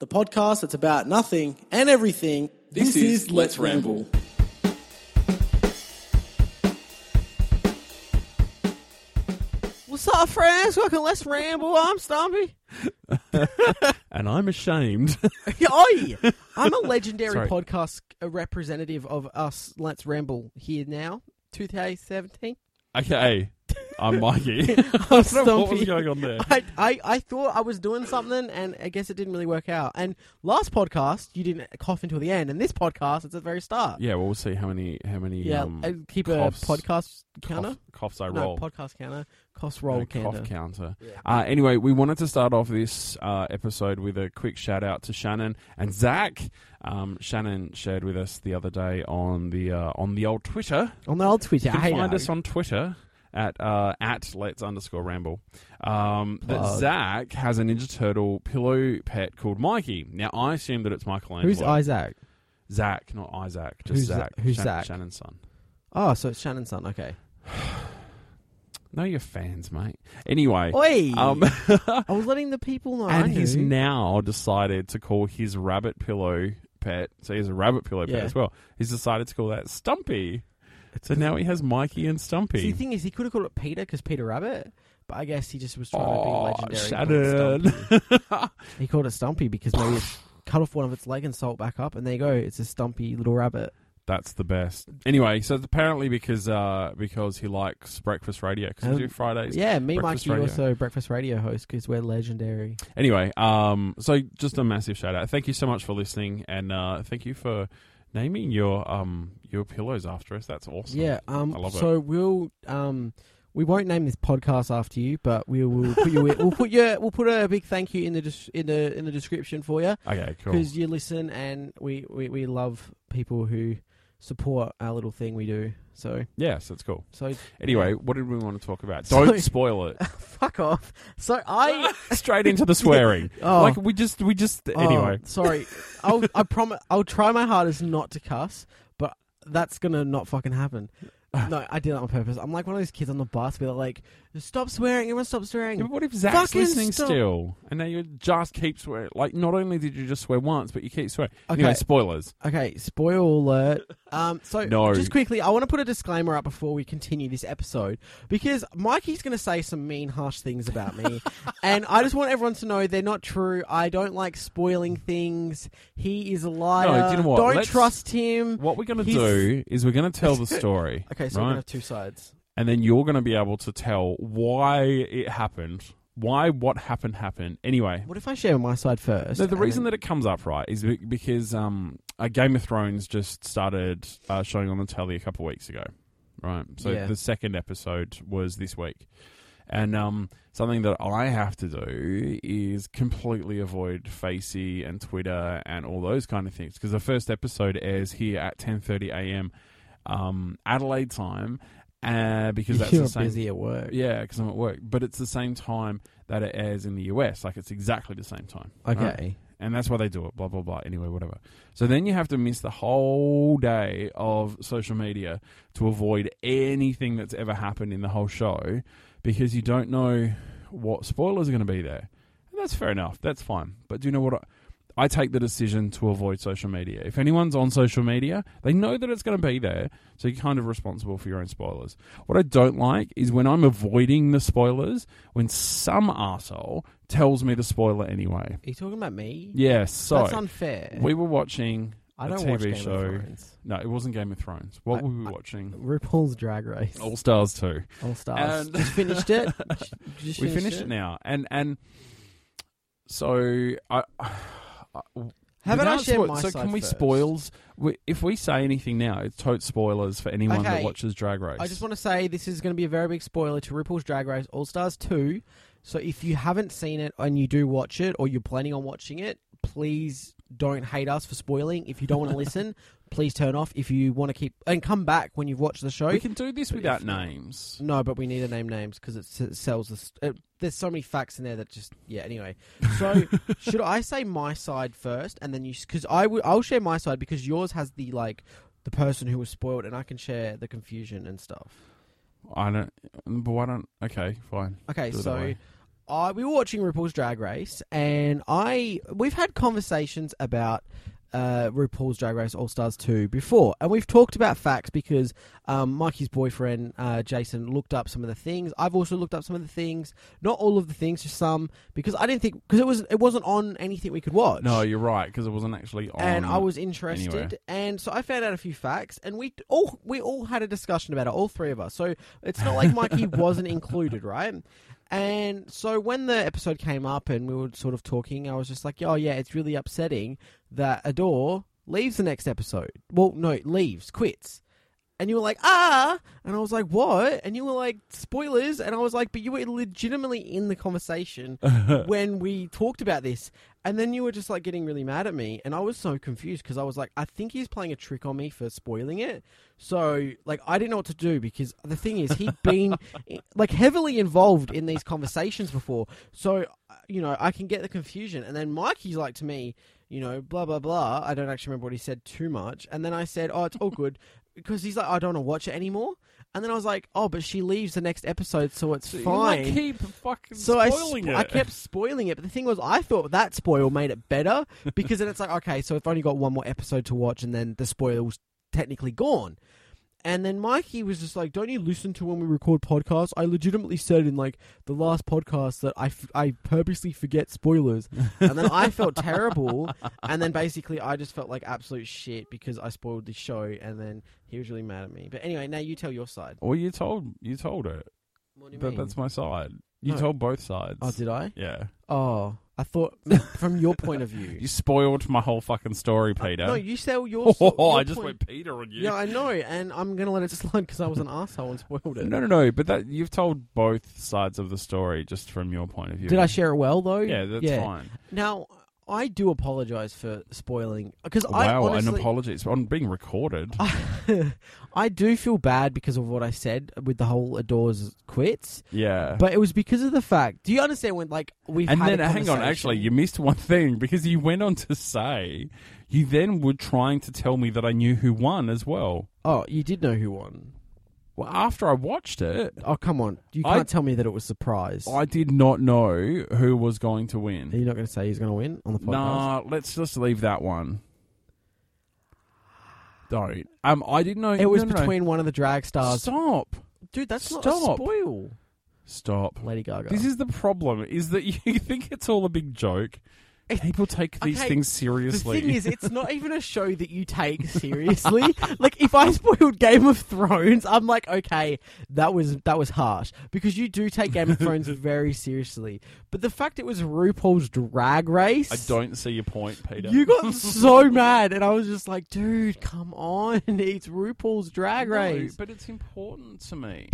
the podcast that's about nothing and everything. This, is, Let's Ramble. What's up, friends? Welcome to Let's Ramble. I'm Stumpy. and I'm ashamed. Yeah, Oi! I'm a legendary Sorry. podcast uh, representative of us, Let's Ramble, here now, 2017. okay, I'm Mikey. I'm I don't know what was Stumpy. going on there. I, I, I thought I was doing something, and I guess it didn't really work out. And last podcast, you didn't cough until the end, and this podcast, it's at the very start. Yeah, well, we'll see how many how many Yeah, um, I keep coughs- a podcast cough- counter. coughs I no, roll. podcast counter. Cost and roll a counter. Cough counter. Yeah. Uh, anyway, we wanted to start off this uh, episode with a quick shout out to Shannon and Zach. Um, Shannon shared with us the other day on the uh, on the old Twitter On the old Twitter. You can hey, uh, find no. us on Twitter at uh, at let's underscore ramble. Um, that Plug. Zach has a Ninja Turtle pillow pet called Mikey. Now I assume that it's Michelangelo. Who's Isaac? Zach, not Isaac, just Who's Zach. Za- who's Shan- Zach? Shannon's son. Oh, so it's Shannon's son. Okay. No, your fans, mate. Anyway, Oi! um, I was letting the people know. I and he's knew. now decided to call his rabbit pillow pet. So he has a rabbit pillow Yeah. pet as well. He's decided to call that Stumpy. So now he has Mikey and Stumpy. See, the thing is, he could have called it Peter because Peter Rabbit, but I guess he just was trying oh, to be legendary. and called it Shannon. Stumpy. He called it Stumpy because maybe it cut off one of its leg and salt back up, and there you go. It's a stumpy little rabbit. That's the best. Anyway, so it's apparently because uh, because he likes breakfast radio because Um, we do Fridays. yeah, me, Breakfast Mikey, radio. also breakfast radio host because we're legendary. Anyway, um, so just a massive shout out. Thank you so much for listening, and uh, thank you for naming your um your pillows after us. That's awesome. Yeah. Um. I love it. so we'll um. We won't name this podcast after you, but we will put you. we'll put your. We'll put a big thank you in the des- in the in the description for you Okay. Cool. because you listen and we, we we love people who support our little thing we do. So Yes, that's cool. so Anyway, what did we want to talk about? So- Don't spoil it. Fuck off. So I. Straight into the swearing. Oh. Like we just we just oh, anyway. sorry. I'll, I promise. I'll try my hardest not to cuss, but that's gonna not fucking happen. No, I did that on purpose. I'm like one of those kids on the bus where they're like, "Stop swearing! Everyone, stop swearing!" Yeah, but what if Zach's Fucking listening stop. still, and now you just keep swearing? Like, not only did you just swear once, but you keep swearing. Okay. Anyway, spoilers. Okay, spoiler alert. Um, so No. just quickly, I want to put a disclaimer up before we continue this episode because Mikey's going to say some mean, harsh things about me, and I just want everyone to know they're not true. I don't like spoiling things. He is a liar. No, do you know what? not Let's- trust him. What we're going to He's- do is we're going to tell the story. Okay, so we're right? gonna have two sides. and then you're going to be able to tell why it happened, why what happened happened. Anyway, What if I share my side first? so the reason that it comes up right is be- because um, uh, Game of Thrones just started uh, showing on the telly a couple weeks ago, right? So Yeah. the second episode was this week, and um, something that I have to do is completely avoid Facey and Twitter and all those kind of things because the first episode airs here at ten thirty a.m. Um, Adelaide time. Uh, because that's you're the same busy at work. yeah, because I'm at work. But it's the same time that it airs in the US. Like it's exactly the same time. Okay. right? And that's why they do it, blah, blah, blah. Anyway, whatever. So then you have to miss the whole day of social media to avoid anything that's ever happened in the whole show because you don't know what spoilers are going to be there. And that's fair enough. That's fine. But do you know what? I, I take the decision to avoid social media. If anyone's on social media, they know that it's going to be there. So you're kind of responsible for your own spoilers. What I don't like is when I'm avoiding the spoilers, when some arsehole tells me the spoiler anyway. Are you talking about me? Yes, so that's unfair. we were watching. I a don't watch TV Game show. of Thrones. No, it wasn't Game of Thrones. What I- were we I- watching? RuPaul's Drag Race. All Stars 2. All stars. And- Just finished it. Just we finished it now. And and so I How about I without share spo- my So side can we first? spoils we, if we say anything now, it's tote spoilers for anyone that Okay. watches Drag Race. I just want to say this is going to be a very big spoiler to RuPaul's Drag Race All Stars 2. So if you haven't seen it and you do watch it or you're planning on watching it, please don't hate us for spoiling. If you don't want to listen, please turn off. If you want to keep and come back when you've watched the show. we can do this But without if- names. No, but we need to name names because it s- sells us. It, there's so many facts in there that just yeah. Anyway, so should I say my side first, and then you? Because I will. I'll share my side because yours has the like the person who was spoiled, and I can share the confusion and stuff. I don't. But why don't? Okay, fine. Okay, Do it that so way. I we were watching RuPaul's Drag Race, and I we've had conversations about uh, RuPaul's Drag Race All Stars two before, and we've talked about facts because um, Mikey's boyfriend uh, Jason looked up some of the things. I've also looked up some of the things, not all of the things, just some because I didn't think because it was it wasn't on anything we could watch. No, you're right because it wasn't actually on. and I was interested, and so I found out a few facts, and we t- all we all had a discussion about it, all three of us. So it's not like Mikey wasn't included, right? And so when the episode came up and we were sort of talking, I was just like, "Oh yeah, it's really upsetting that Adore leaves the next episode. Well, no, leaves, quits." And you were like, "Ah," and I was like, "What?" And you were like, "Spoilers," and I was like, "But you were legitimately in the conversation when we talked about this. And then you were just like getting really mad at me. And I was so confused because I was like, I think he's playing a trick on me for spoiling it. So, like, I didn't know what to do because the thing is, he'd been like heavily involved in these conversations before. So, uh, you know, I can get the confusion. And then Mikey's like to me, you know, blah, blah, blah. I don't actually remember what he said too much. And then I said, oh, it's all good because he's like, I don't want to watch it anymore. And then I was like, oh, but she leaves the next episode, so it's fine I keep fucking so I, spoiling spo- it. I kept spoiling it. But the thing was, I thought that spoil made it better because then it's like, okay, so I've only got one more episode to watch, and then the spoil's technically gone. And then Mikey was just like, "Don't you listen to when we record podcasts?" I legitimately said in like the last podcast that I, f- I purposely forget spoilers, and then I felt terrible. And then basically, I just felt like absolute shit because I spoiled the show, and then he was really mad at me. But anyway, now you tell your side. Well, you told you told it. What do you That, mean? that's my side. You No. told both sides. oh, did I? yeah. Oh, I thought from your point of view. You spoiled my whole fucking story, Peter. Uh, No, you sell your. oh, your I just point- went Peter on you. Yeah, I know, and I'm gonna let it slide because I was an asshole and spoiled it. no, no, no. But that you've told both sides of the story just from your point of view. Did I share it well though? Yeah, that's fine. Now I do apologize for spoiling because I wow, an honestly, Uh, apology. It's on being recorded. I do feel bad because of what I said with the whole adores quits, yeah. but it was because of the fact. Do you understand when like we've and had then a hang on, conversation- actually, you missed one thing because you went on to say you then were trying to tell me that I knew who won as well. oh you did know who won. Well, after I watched it, Oh come on, you I- can't tell me that it was surprise. I did not know who was going to win. Are you not going to say he's going to win on the podcast? Nah, let's just leave that one. Don't. Um, I didn't know It was no, no, no. between one of the drag stars. Stop. Dude, that's Stop. not a spoil. Stop. Lady Gaga. This is the problem: is that you think it's all a big joke. It- People take these okay, things the seriously. thing is, it's not even a show that you take seriously. like, if I spoiled Game of Thrones, I'm like, okay, that was that was harsh because you do take Game of Thrones very seriously. But the fact it was RuPaul's Drag Race, I don't see your point, Peter. You got so mad, and I was just like, dude, come on, it's RuPaul's Drag No, Race. but it's important to me.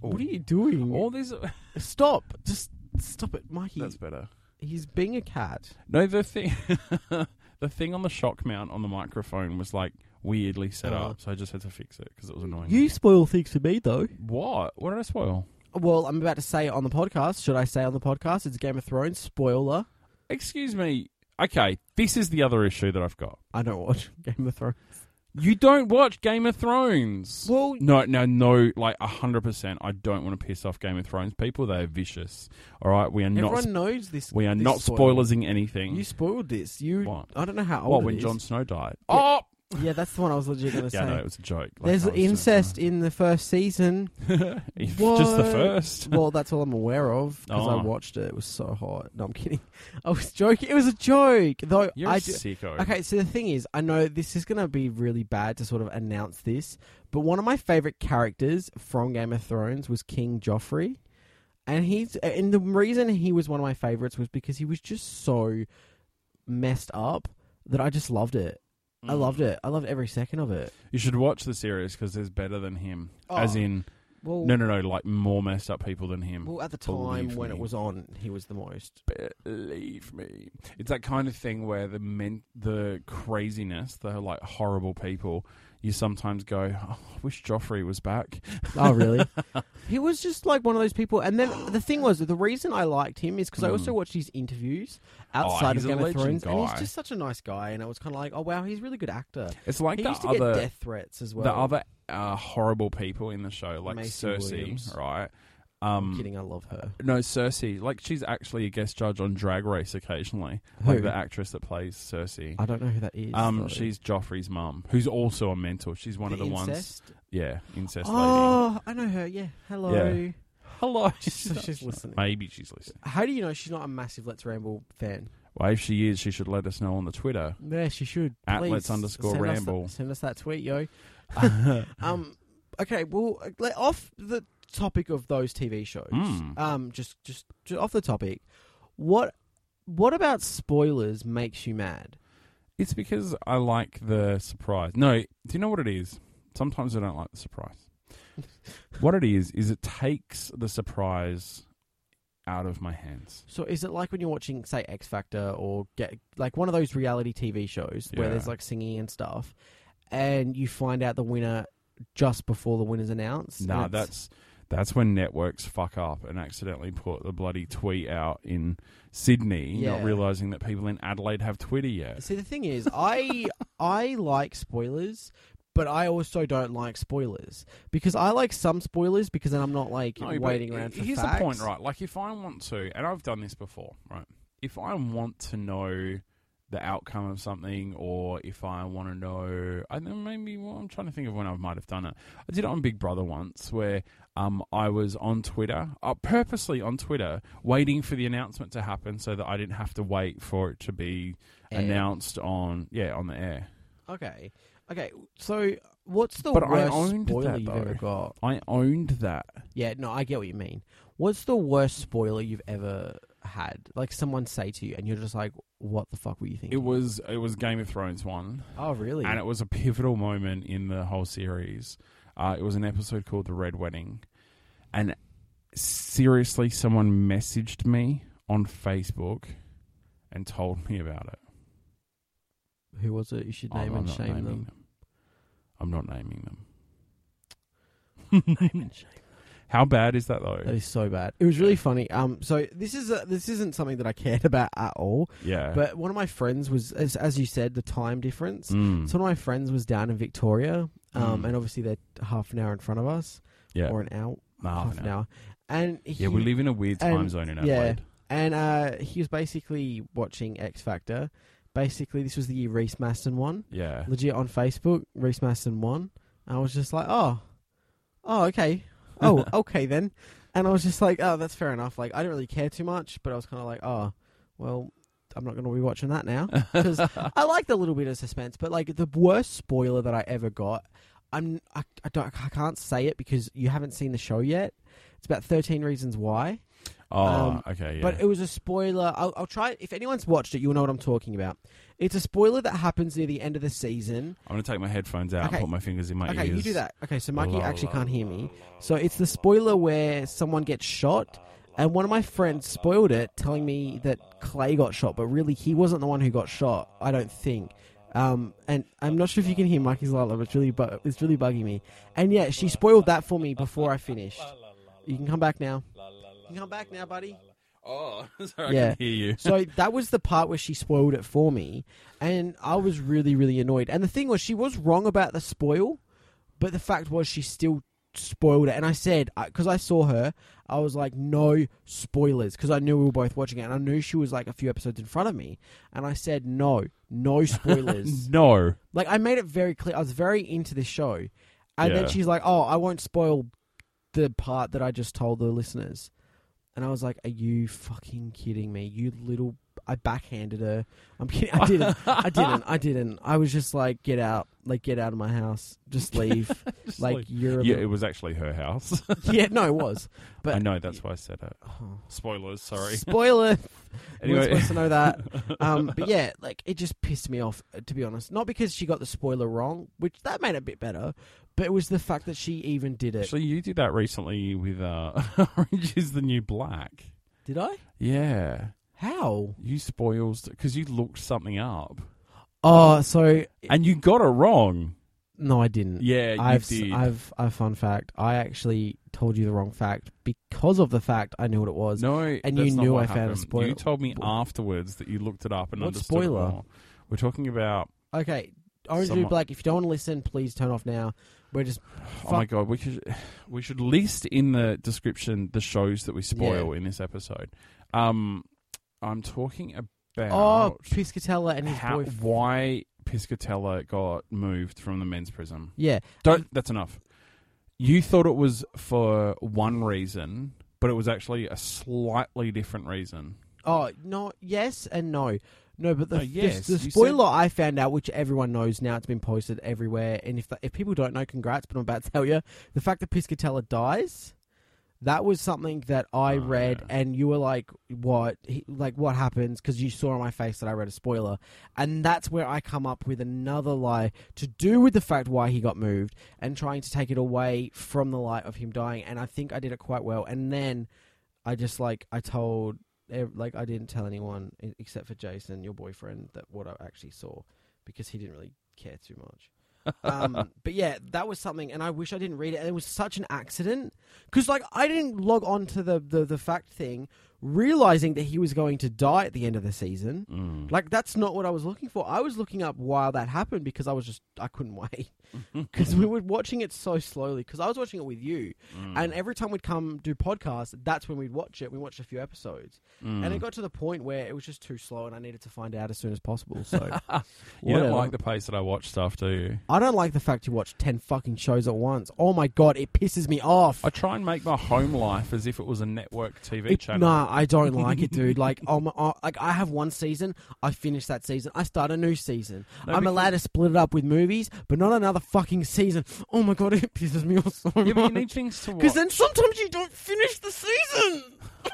what are you doing? All these. Stop! Just stop it, Mikey. That's better. He's being a cat. No, the thing, the thing on the shock mount on the microphone was like weirdly set Uh-huh. up, so I just had to fix it because it was annoying. You spoil things for me, though. what? What did I spoil? Well, I'm about to say it on the podcast. Should I say it on the podcast? It's Game of Thrones. Spoiler. Excuse me. Okay, this is the other issue that I've got. I don't watch Game of Thrones. You don't watch Game of Thrones. Well, No, no, no, like 100%. I don't want to piss off Game of Thrones people. They're vicious. All right, we are not everyone knows this. we are this not spoiler. spoilersing anything. You spoiled this. You. What? I don't know how old. what it when is. Jon Snow died? Oh, Yeah, that's the one I was legit going to yeah, say. no, it was a joke. Like, There's I was doing incest in the first season. something. just the What? first. well, that's all I'm aware of because Oh. I watched it. It was so hot. No, I'm kidding. I was joking. It was a joke, though. You're I a do- sicko. Okay, so the thing is, I know this is going to be really bad to sort of announce this, but one of my favorite characters from Game of Thrones was King Joffrey. And he's and the reason he was one of my favorites was because he was just so messed up that I just loved it. I loved it. I loved every second of it. Mm. You should watch the series because there's better than him. Oh. As in, Well, no, no, no, like more messed up people than him. well at the Believe time when me. it was on, he was the most. Believe me, it's that kind of thing where the men, the craziness, the like horrible people. You sometimes go, oh, I wish Joffrey was back. Oh, really? he was just like one of those people. And then the thing was, the reason I liked him is because I also watched his interviews outside Hmm. Oh, he's of a Game of legend Thrones, and guy. he's just such a nice guy. And I was kind of like, oh wow, he's a really good actor. It's like he the used to other get death threats as well. the other uh, horrible people in the show, like Macy Cersei, Williams. right? I'm Um, kidding. I love her. no, Cersei. Like she's actually a guest judge on Drag Race occasionally. Like Who? the actress that plays Cersei. I don't know who that is. Um, though. she's Joffrey's mum, who's also a mentor. She's one The of the ones. incest? Yeah, incest lady. Oh, I know her. Yeah. Hello. Yeah. Hello. So she's listening. Maybe she's listening. How do you know she's not a massive Let's Ramble fan? Well, if she is, she should let us know on the Twitter. Yeah, she should. At Please, Let's underscore send us the- Ramble. send us that tweet, yo. um, okay, well, uh, let- off the topic of those TV shows. Mm. Um, just, just, just off the topic. What, what about spoilers makes you mad? It's because I like the surprise. No, do you know what it is? Sometimes I don't like the surprise. what it is is it takes the surprise out of my hands. So is it like when you're watching, say, X Factor or get like one of those reality TV shows where Yeah. there's like singing and stuff, and you find out the winner just before the winner's announced? and No, it's- that's that's when networks fuck up and accidentally put the bloody tweet out in Sydney, Yeah. not realizing that people in Adelaide have Twitter yet. See, the thing is, I I like spoilers, but I also don't like spoilers because I like some spoilers because then I'm not like No, but waiting around for Here's facts. the point, right? Like if I want to, and I've done this before, right? If I want to know the outcome of something, or if I want to know, I think maybe well, I'm trying to think of when I might have done it. I did it on Big Brother once, where um, I was on Twitter, uh, purposely on Twitter, waiting for the announcement to happen, so that I didn't have to wait for it to be Air. announced on, yeah, on the air. Okay, okay. So what's the But I worst owned spoiler that, you've though. ever got? I owned that. Yeah, no, I get what you mean. What's the worst spoiler you've ever had? Like someone say to you, and you're just like, "What the fuck were you thinking?" It was it was Game of Thrones one. oh, really? and it was a pivotal moment in the whole series. Uh, it was an episode called "The Red Wedding," and seriously, someone messaged me on Facebook and told me about it. Who was it? You should name and Oh, not shame naming them. I'm not naming them. Name and shame. How bad is that though? That is so bad. It was really Yeah. funny. Um, so this is a, this isn't something that I cared about at all. yeah, But one of my friends was, as, as you said, the time difference. Mm. So one of my friends was down in Victoria, um, Mm. and obviously they're half an hour in front of us, yeah, or an hour, No, I half know. an hour. And he, yeah. We live in a weird time and- zone in yeah. Adelaide. and uh, he was basically watching X Factor. Basically, this was the year Reese Maston won. Yeah, Legit on Facebook, Reese Maston won. I was just like, oh, oh, okay, oh, okay then. And I was just like, oh, that's fair enough. Like, I didn't really care too much, but I was kind of like, oh, well, I'm not going to be watching that now. 'Cause I like the little bit of suspense, but like the worst spoiler that I ever got, I'm I, I don't I can't say it because you haven't seen the show yet. It's about thirteen reasons why, oh, um, okay. Yeah. but it was a spoiler. I'll, I'll try. If anyone's watched it, you'll know what I'm talking about. It's a spoiler that happens near the end of the season. I'm gonna take my headphones out Okay. and put my fingers in my Okay, ears. you do that. Okay, so Mikey La, actually la, can't hear me. So it's the spoiler where someone gets shot, and one of my friends spoiled it, telling me that Clay got shot, but really he wasn't the one who got shot. I don't think. Um, and I'm not sure if you can hear Mikey's lala, but it's really bu- it's really bugging me. And yeah, she spoiled that for me before I finished. You can come back now. You can come back now, buddy. Oh, sorry, I Yeah. can hear you. So that was the part where she spoiled it for me, and I was really, really annoyed. And the thing was, she was wrong about the spoil, but the fact was, she still spoiled it. And I said, because I saw her, I was like, no spoilers, because I knew we were both watching it, and I knew she was like a few episodes in front of me. And I said, no, no spoilers. No, like, I made it very clear. I was very into this show. And Yeah. then she's like, oh, I won't spoil the part that I just told the listeners. And I was like, "Are you fucking kidding me? You little!" I backhanded her. I'm kidding. I didn't. I didn't. I didn't. I was just like, "Get out! Like, get out of my house! Just leave! Just like, you're a yeah, it little- was actually her house. yeah." No, it was. But I know that's why I said it. Oh. Spoilers, sorry. Spoiler. Anyway. We're supposed to know that. Um, but yeah, like it just pissed me off uh, to be honest. Not because she got the spoiler wrong, which that made it a bit better, but it was the fact that she even did it. Actually, you did that recently with uh, Orange is the New Black. did I? Yeah, How? you spoiled because you looked something up Oh, so and you got it wrong. no, I didn't. Yeah, you I've, did. I've, I've, fun fact. I actually told you the wrong fact because of the fact I knew what it was. no, and that's you not knew what I found a happened. spoil- You told me afterwards that you looked it up and What understood it spoiler? more. We're talking about Okay, Orange Someone... Someone- Black. If you don't want to listen, please turn off now. We're just Oh my god, we should we should list in the description the shows that we spoil in this episode. Um, I'm talking oh about Piscatella and his how, boyfriend. why Piscatella got moved from the men's prison. Yeah, Don't. That's enough. You thought it was for one reason, but it was actually a slightly different reason. Oh no, yes and no, no. But the No, Oh, yes, the, the you spoiler I found out, which everyone knows now, it's been posted everywhere. And if if people don't know, congrats. But I'm about to tell you, the fact that Piscatella dies, that was something that I Oh, read, yeah. and you were like, "What? He- Like what happens?" Because you saw on my face that I read a spoiler, and that's where I come up with another lie to do with the fact why he got moved and trying to take it away from the light of him dying. And I think I did it quite well. And then I just like I told ev- like I didn't tell anyone e- except for Jason, your boyfriend, that what I actually saw because he didn't really care too much. um, but yeah, that was something, and I wish I didn't read it. And it was such an accident because, like, I didn't log on to the, the the fact thing, realizing that he was going to die at the end of the season. Mm. Like, that's not what I was looking for. I was looking up why that happened because I was just I couldn't wait because we were watching it so slowly because I was watching it with you, and every time we'd come do podcasts, that's when we'd watch it. We watched a few episodes, and it got to the point where it was just too slow, and I needed to find out as soon as possible. So you whatever. don't like the pace that I watch stuff, do you? I don't like the fact you watch ten fucking shows at once. Oh my god, it pisses me off. I try and make my home life as if it was a network TV It- channel. nah, I don't like it, dude. Like, oh my, oh, like I have one season, I finish that season, I start a new season. No, I'm because- allowed to split it up with movies, but not another fucking season. Oh my god, it pisses me off so Yeah, but you much. need things to watch. Because then sometimes you don't finish the season.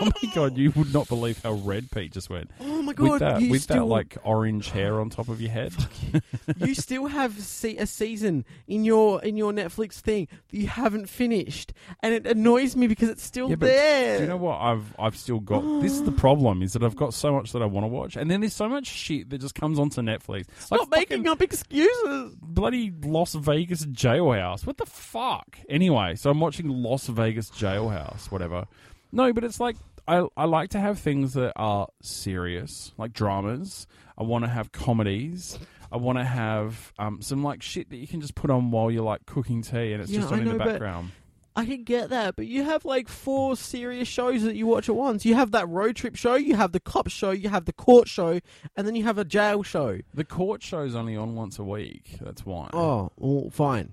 oh my god, you would not believe how red Pete just went Oh my god, with that you with still that like orange hair on top of your head. you still have se- a season in your in your Netflix thing that you haven't finished, and it annoys me because it's still Yeah, but there. Do you know what I've I've still got? This is the problem: is that I've got so much that I want to watch, and then there's so much shit that just comes onto Netflix. Stop making up excuses. bloody Las Vegas Jailhouse. What the fuck? Anyway, so I'm watching Las Vegas Jailhouse, whatever. No, but it's like I I like to have things that are serious, like dramas. I want to have comedies. I want to have um, some like shit that you can just put on while you're like cooking tea, and it's Yeah, just I on in know, the but- background. I can get that, but you have like four serious shows that you watch at once. You have that road trip show, you have the cop show, you have the court show, and then you have a jail show. The court show's only on once a week. That's why. Oh, well, fine.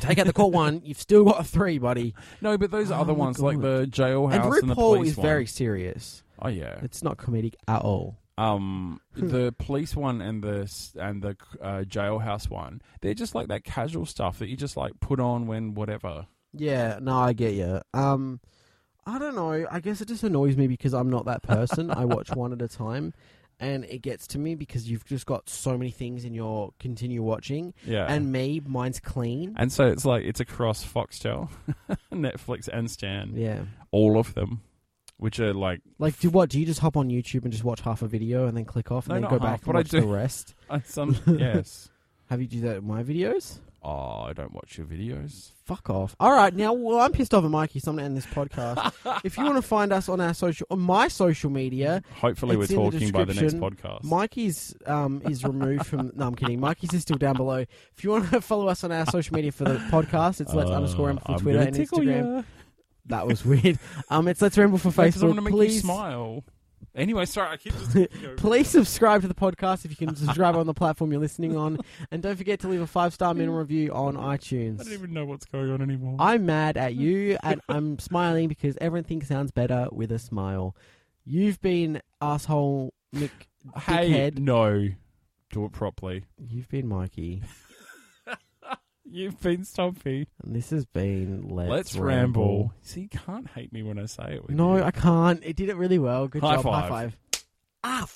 Take out the court one. You've still got a three, buddy. No, but those Oh other my ones, like God. the jailhouse and and, RuPaul the police is one. very serious. Oh yeah. It's not comedic at all. Um, the police one and the s- and the uh, jailhouse one, they're just like that casual stuff that you just like put on when whatever. Yeah, no, I get you. Um, I don't know. I guess it just annoys me because I'm not that person. I watch one at a time, and it gets to me because you've just got so many things in your continue watching. Yeah. And me, mine's clean. and so it's like it's across Foxtel, Netflix, and Stan, Yeah. all of them, which are like Like, do what? Do you just hop on YouTube and just watch half a video and then click off No, and then not go back half. and What I watch do- the rest? uh, some yes. Have you do that in my videos? Oh, I don't watch your videos. Fuck off. All right, now, well, I'm pissed off at Mikey, so I'm going to end this podcast. if you want to find us on our social, on my social media, Hopefully, It's we're in the talking by the next description. podcast. Mikey's um, is removed from. No, I'm kidding. Mikey's is still down below. If you want to follow us on our social media for the podcast, it's Let's Uh, underscore Ramble for I'm Twitter gonna and tickle Instagram. ya. That was weird. Um, it's Let's Ramble for No, 'cause I'm Facebook. gonna make you please, smile. Anyway, sorry, I keep. Just, please subscribe to the podcast if you can subscribe on the platform you're listening on, and don't forget to leave a five star minimum review on I don't iTunes. even know what's going on anymore. I'm mad at you, and I'm smiling because everything sounds better with a smile. You've been asshole Mick. hey, dickhead. no, do it properly. You've been Mikey, You've been stumpy. and this has been Let's, Let's, ramble. See, you can't hate me when I say it. With No, you. I can't. It did it really well. Good High job. High five. five. Ah,